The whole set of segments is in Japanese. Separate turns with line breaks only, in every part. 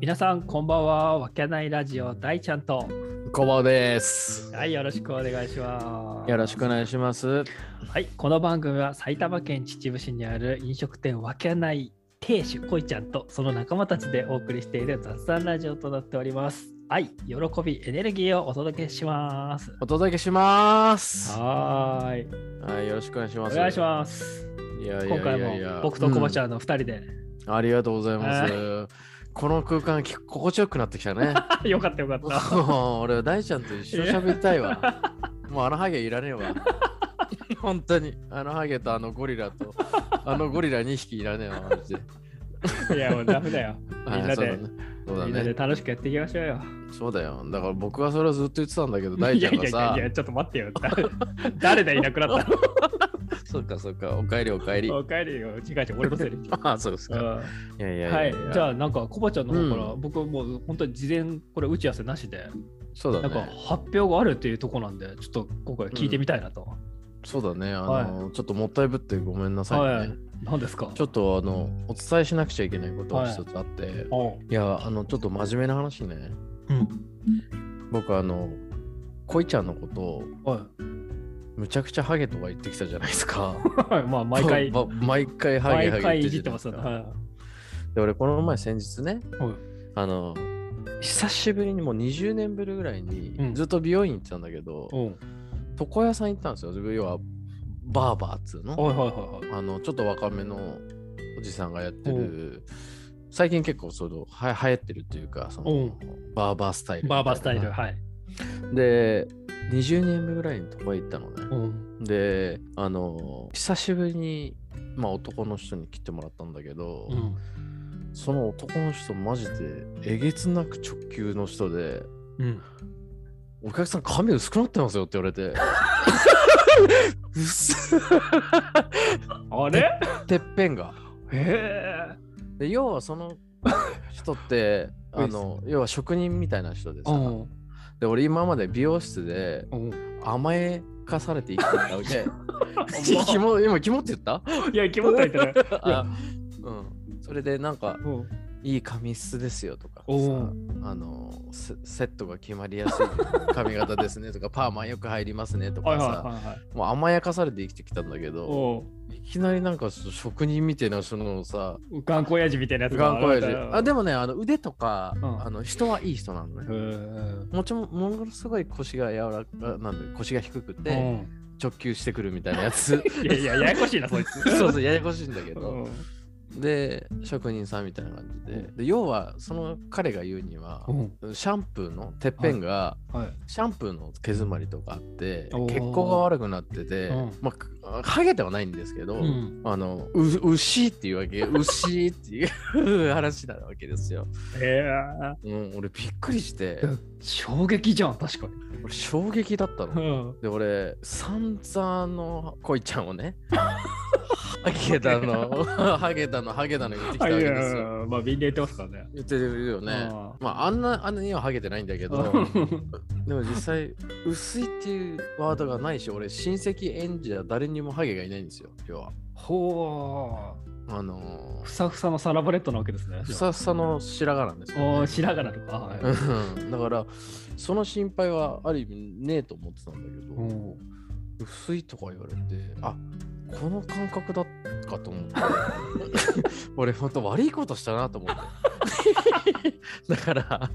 皆さんこんばんはわけないラジオ大ちゃんと
こんばんはです。
はいよろしくお願いします
よろしくお願いします。
はいこの番組は埼玉県秩父市にある飲食店わけない亭主こいちゃんとその仲間たちでお送りしている雑談ラジオとなっております愛喜びエネルギーをお届けします
お届けします。
はーい
はい、よろしくお願いし
お
ます。
願いします
いやいやい
今
やい
回
や
も僕とコバち
ん、
ゃんの2人で、
ありがとうございま
は
す。この空間、き心地よくなってき たね。
あよかったよか った
もう俺、大ちゃんと一緒に喋りたいわ。 もうあのハゲいらねえわ。本当に、あのハゲとあのゴリラと、あのゴリラ2匹いらねえわ、マジで。
いやもうダメだよみんなで
はいそうだね。そうだ
みんなで
ね。
楽しくやっていきましょうよ。
そうだよ。だから僕はそれをずっと言ってたんだけど、大ちゃんが
いやいや
さ
いやい、や、ちょっと待ってよ。だ誰だいなくなったの
そっかそっか、おかえりおかえり。
お帰りよ。違う違う、俺のせいで。
ああ、 そうです
うん
か。
はい
やいやいや
い
いや、
じゃあなんかコバちゃんの方から、
う
僕もう本当に事前これ打ち合わせなしで、
そうだ
なん
ね。
か発表があるっていうとこなんでちょっと今回聞いてみたいなと、
そうだね。あの、ちょっともったいぶってごめんなさいね。
はい何ですか
ちょっとあの、お伝えしなくちゃいけないことが一つあって、い、
お
や、あの、ちょっと真面目な話ね。
うん
僕、あの、恋ちゃんのことを、
は
むちゃくちゃハゲとか言ってきたじゃないですか。
いまあ毎回
ば毎回ハゲハ
毎
ゲ
回い
じ
じ
ゃ
って
な
ま
いですす
よね、
か。
は
で、俺、この前先日ね、
はい
あの、久しぶりにもう20年ぶりぐらいに、
うん
ずっと美容院行ってたんだけど、
い、うん
床屋さん行ったんですよ。要は、バーバーっつうの。
はいはいはいはい
あのちょっと若めのおじさんがやって
う
る最近結構そのは流行ってるというかそうのバーバースタイル
バーバースタイルはい、
で20年目ぐらいのとこへ行ったのね
うん
であの久しぶりにまあ男の人に来てもらったんだけど、
うん、
その男の人マジでえげつなく直球の人で
うん、
「お客さん髪薄くなってますよ」って言わ れて薄っ
あれ
てっぺんが
へ
で要はその人って あの要は職人みたいな人で
えう
さ、
ん
で俺今まで美容室 で
うん
甘えかされて生きてたわけ キモ今キモって言った
いや、気持ち入って ない。
あ、うん、それでなんか
うん
いい髪質ですよとかさ
おう
あのセセットが決まりやすい髪型ですねとか パーマよく入りますねと
はい
か
は
さ、
いはいはい。
もう甘やかされて生きてきたんだけど
お
いきなりなんか職人みたいなそのさ
う、頑固親父みたいなやつ
頑固親
父
父あでもねあの腕とか、
うん
あの人はいい人なのね、
うん。
もちろんものすごい腰が柔らかなんで腰が低く
う
て
ん
直球してくるみたいなや つ
いやいや、ややこしいな、そい つ。
そうそうややこしいんだけ
う
ど
ん。
で職人さんみたいな感じでで要はその彼が言うには
うん
シャンプーのてっぺんが
はい。
シャンプーの毛詰まりとかあって
おー
血行が悪くなってて
うん
まあハゲてはないんですけど
うん
あのう牛っていうわ け牛っていう話なわけですよ。
ええ。
うん、俺びっくりして
衝撃じゃん、確かに。
俺衝撃だったの。
うん。
で俺散々の恋ちゃんをねハゲだのハゲだのハゲだの言ってきた
あ
わ
い
け
やい
ですよ
やまあ、みんな言ってますからね。
言ってるよね
あ
まああんなあんなにはハゲてないんだけど
うん
でも実際薄いっていうワードがないし俺親戚演者誰にもハゲがいないんですよ要は
ほ
あの
う。
ー
ふさふさのサラブレッドなわけですね。
ふさふさの白髪なんですよ
お
ね、
ー白髪だとか。はい
うんだからその心配はある意味ねえと思ってたんだけど、
うん
薄いとか言われてあこの感覚だったかと思って 俺ほんと悪いことしたなと思って だから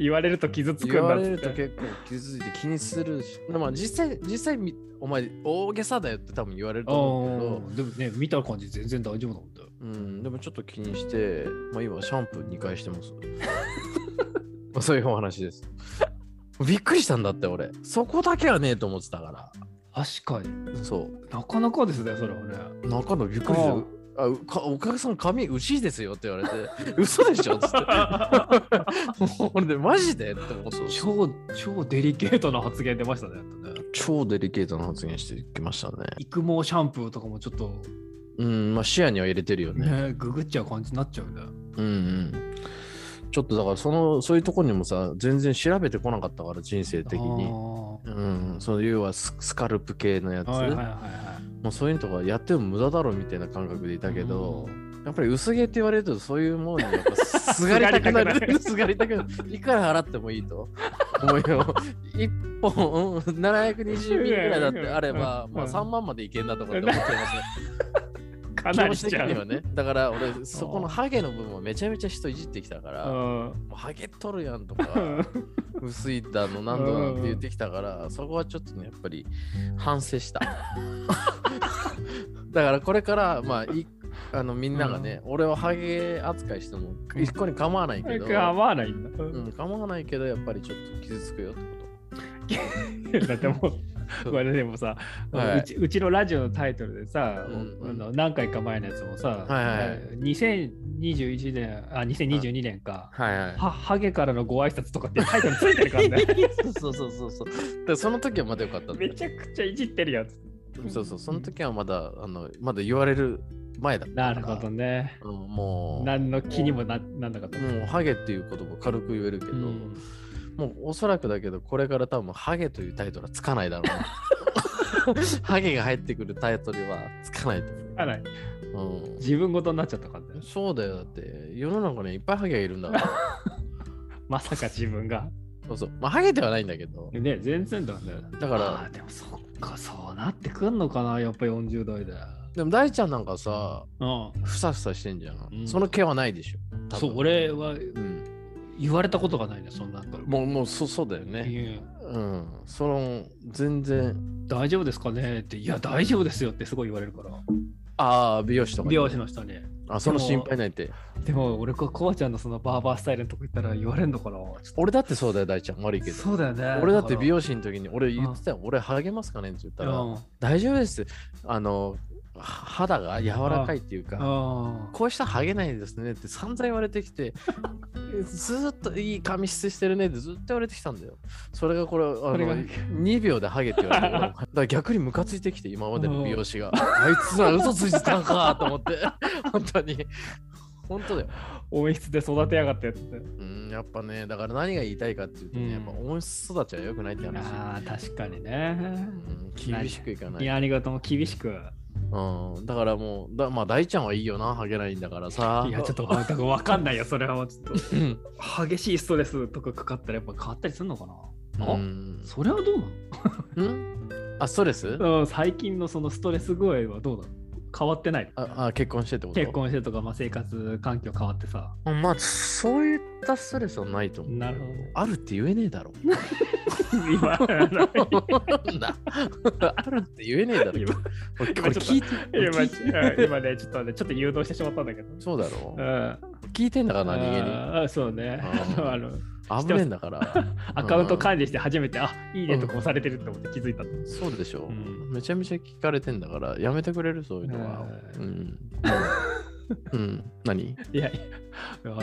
言われると傷つくんだ
言われる
っ
と
つって
結構傷ついて気にするしまあ実際実際みお前大げさだよって多分言われると思う
うんでもね、見た感じ全然大丈夫なんだよ。
けど、うん、でもちょっと気にして、まあ、今シャンプー2回してます まあそういうお話 ですびっくりしたんだって俺そこだけはねえと思ってたか
確かに。
らそう
なかなかですね、それはね。
中のびっくりしたよあうかお客さん髪牛ですよって言われて 嘘でしょっつってもう俺でマジでって思って
超、超デリケートな発言出ましたね。
超デリケートな発言してきましたね
育毛シャンプーとかもちょっと、
うんまあ視野には入れてるよね
ね、ググっちゃう感じになっちゃうね。
うんうんちょっとだからそのそういうとこにもさ全然調べてこなかったから人生的
あ
に
ー
うんそういうはススカルプ系のやつ、
はいはいはいはい。
もうそういうのとかやっても無駄だろみたいな感覚でいたけど、
うん
やっぱり薄毛って言われるとそういうもんにやっぱすがりたくな
すがりたく な
るすがりたくなるいくら払ってもいいと思うよ一本うん720ミリぐらいだってあれば、
うん
まあ、
うん
3万までいけんなとかって思っちゃい ますね
か
気
な
持
り
ち
し
的
ちゃう。
にはねだから俺そこのハゲの部分はめちゃめちゃ人いじってきたから、もうハゲとるやんとか
うん
薄いだの何度なんて言ってきたから、そこはちょっとねやっぱり反省した だからこれからまあいあのみんながね、俺をハゲ扱いしても一個に構わないけど、
構わないんだ。
うん、構わないけどやっぱりちょっと傷つくよってこ
だってもう、これでもさ、
はいう
ち、うちのラジオのタイトルでさ、
うん
あの何回か前のやつもさ、
はいはいはい
2021年、あ、2022年か、
とはいは
はハゲからのご挨拶とかってタイトルついてるからね。
そうそうそうそうだからその時はまだよかったんだ
め
よ
ちゃくちゃいじってるやつ。
そうそうその時はまだあのまだ言われる前だっ
な
たから
るほどね。
うんもう
何の気にもななんなかった。
もうハゲっていう言葉軽く言えるけど、
うん
もうおそらくだけどこれから多分ハゲというタイトルはつかないだろうな ハゲが入ってくるタイトルはつかないと
あら
思う、
自分ごとになっちゃったから
うん、
ね。
そうだよだって世の中にはいっぱいハゲがいるんだから
まさか自分が。
そうそうまあハゲではないんだけど
ね、全然だね。
だから
あーでもそっか、そうなってくんのかな、やっぱ40代で。
でも大ちゃんなんかさ
うん。
ふさふさしてんじゃん、
うん
その毛はないでしょ多分
そう、俺は
うん、
言われたことがないね、そんなんか。
もうもうそそうだよね
うん
うんその全然
大丈夫ですかねって、いや、大丈夫ですよってすごい言われるから。
ああ美容師とかに
美容師の人に。
あその心配ないって
でも、俺か、コバちゃんのそのバーバースタイルのとこ行ったら言われるのかな。ちょ
俺だってそうだよ大ちゃん悪い
っ
け
と
ど
そうだよね。
俺だって美
容
容師の時に俺言ってたよ、俺励ますかねって言った
だ
ら、大丈夫ですあのは肌が柔らかいっていうか、
うん。
こうしたらハゲないですねって散々言われてきてずーっといい髪質してるねってずっと言われてきたんだよそれがこれあの
それが
2秒でハゲって 言われてだから逆にムカついてきて今までの美容師があいつら嘘ついてたんかと思って 本当に本当だよ
温室で育てやがったやつって。
うんやっぱねだから何が言いたいかっていうとね、
うん
やっぱ温室育ちは良くないって話
ああ、確かにね。
うん厳しくいかない
いや、ありがとう、厳しく。
うん、だからもうだ、まあ、大ちゃんはいいよな、ハゲないんだからさ。
いや、ちょっとなんかわかん ないよ、それはもうちょっと。激しいストレスとかかかったらやっぱ変わったりするのかな、
う
あ
ん、
それはどう
うんあ、ストレス
なの、うん、最近のそのストレス具合はどうなの変わってないの
ああ、結婚してってこと
結。婚してとか、まあ、生活環境変わってさ
あまあ、そういったストレスはないと思う。
なるほどね
あるって言えねえ だろ。
今
なあるって言えねえだろ。
今
俺
今
これ聞いて俺
今
聞いて
うん今ねちょっとねちょっと誘導してしまったんだけど
そうだろ
うん
聞いてんだからな、逃
あーそうね
あー
あの
げに。危ねえんだから。
アカウント管理して初めてあいいねとか押されてるって思って気づいたの
そうでしょ、
うん
めちゃめちゃ聞かれてんだから、やめてくれる、そういうのは。
う
うん。うん、何
いやいやいやでも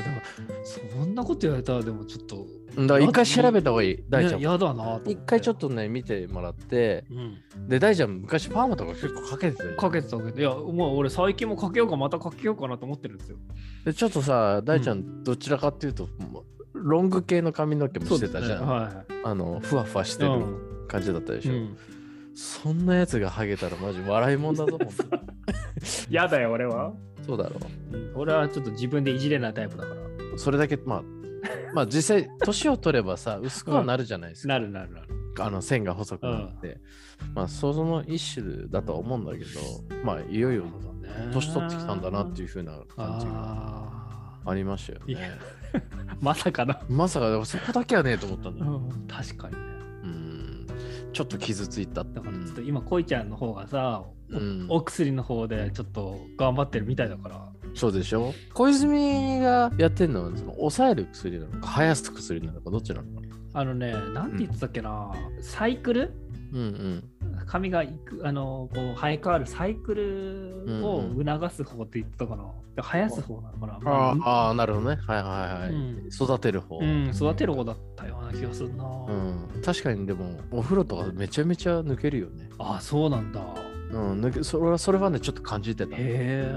そんなこと言われたらでもちょっと
だから一回調べた方がいい、大ちゃん
ね。やだなと思て
一回ちょっとね見てもらって
うん
で大ちゃん昔パーマとか結構かけてたよ
かけてたけど、いや、もう俺最近もかけようか、またかけようかなと思ってるんですよ。
でちょっとさ大ちゃん、どちらかっていうともうロング系の髪の毛もしてたじゃん、
は
あのふわふわし
い。
てる感じだったでしょ、
うん
そんなやつがハゲたらマジ笑いもんだぞほんと
やだよ、俺は。
そうだろ
俺はちょっと自分でいじれないタイプだから。
うそれだけまあまあ実際年を取ればさ薄くはなるじゃないですか、
なるなるなる。
あの線が細くなって、まあ想像の一種だとは思うんだけどまあいよいよ年取ってきたんだなっ
い
て
う
いう風な感じが
あ
ありましたよ
いや
ね。
ーまさかな。
まさかそこだけはねえと思ったんだよ。
確かにね。
うん。ちょっと傷ついたって
だからちょっと
う
今、恋ちゃんの方がさ、
ん
お薬の方でちょっと頑張ってるみたいだから。
そうでしょ小泉がやってんのはその抑える薬なのか生やす薬なのかどっちなのか。
あのね、なんて言ってたっけな、サイクル
うんうん。
髪がいくあのこう生え変わるサイクルを
うん
促す方って言ってたかな、で生やす方なのかな、ま
あーあー、なるほどね。はいはいはい。
うん
育てる方、
う
うん
ん、育てる方だったような気がするな、
確かにでもお風呂とかめちゃめちゃ抜けるよね。
あそうなんだ
うん、抜けそれはそれはねちょっと感じてた。
へえ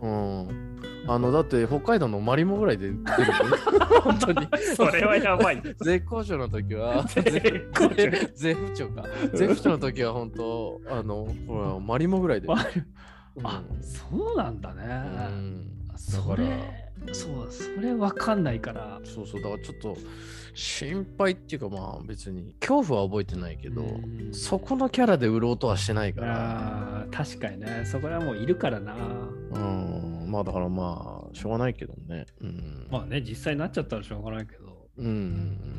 うん。あのだって北海道のマリモぐらいで出るよね本当に。
それはやばい
絶好調の時は
絶好調
絶不調か絶不調の時は本当あのほらマリモぐらいで
マ あそうなんだね。
うん
そ
だ
れそうそれわかんないから。
そうそうだからちょっと心配っていうかまあ別に恐怖は覚えてないけど、
うん
そこのキャラで売ろうとはしてないから、
あー確かにねそこらもういるからな。
うん、まあだからまあしょうがないけどねうん、
まあね実際なっちゃったらしょうがないけど。
うんう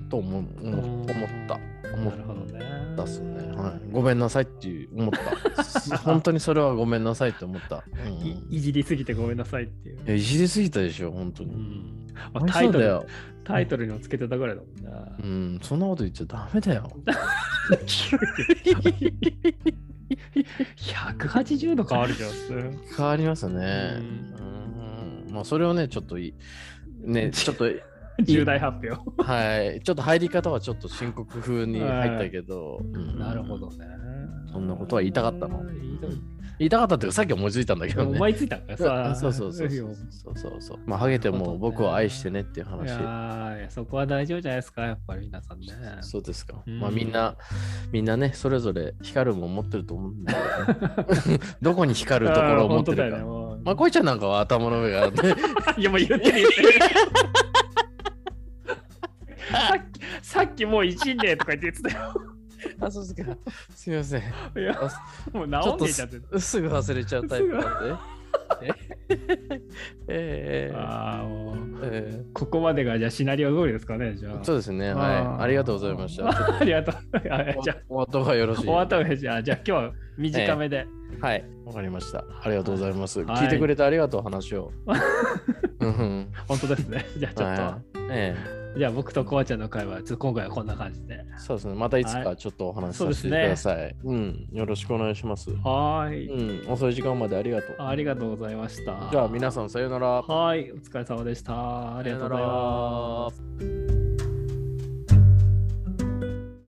んと思う思思った
うん
思
な
っ
るほどね。
たっすね、はい、ごめんなさいっていう思った 本当にそれはごめんなさいって思った、うん
いいじりすぎてごめんなさいっていう。
いやいじりすぎたでしょ本当
う
に、
んま
あ
あ、タイト
だ
ル
よ、
タイトルにもつけてたぐらいだもんね。
うん、そんなこと言っちゃダメだよ
180度変わるじゃん普通。
変わりますね。
う
うんまあそれをね、ちょっといね、ちょっと、
重大発表。
はい、ちょっと入り方はちょっと深刻風に入ったけど、うん
なるほどね。
そんなことは言いたかったの
言いたかっ
言いたかったっていうか、さっき思いついたんだけ
た
どね。
思いついたからさ。
あ そうそうそう
い
そ
や
うそうそうそう。まあ、ハゲても僕を愛してねっていう
い
話。
やーそこは大丈夫じゃないですか、やっぱり皆さんね。
そうですか。
うん
まあみんな、みんなね、それぞれ光るもん持ってると思うんだけど、 ね、どこに光るところを持ってる
あー本当だよね
か。
もう
まあ、こいちゃんなんかは頭の上が あって、
いや、もう言ってる言ってる。さっきさっきもう一年とか言って たよ。
あ、そうですか。すみません。
いや、
あ
もう直んでいちゃってる。
すぐ忘れちゃうタイプ なんで。ええー
ああ、もう、
え
ここまでがじゃあシナリオ通りですかね、じゃ
ー
あ。
そうですね。
あ
は
ー
い。ありがとうございました。ちょっ
ありがとう。 あ
と
じゃあ、
お後がよろしい。
終わったわけじゃあ、じゃあ今日は短めで。
はい。わかりました。ありがとうございます。
はい
聞いてくれてありがとう、話 を。うんうん
本当ですね。 じゃあちょっと、
はいえ
じゃあ僕とコアちゃんの会話、ちょっと今回はこんな感じで。
えそうですね。またいつ
は
かちょっとお話しさせてください。うん。よろしくお願いします。う
はーい。
ん。遅い時間までありがとう。
ありがとうございました。
じゃあ皆さんさようなら。
はい、お疲れ様でした。ありがとうござい
さような
ま
ら
す。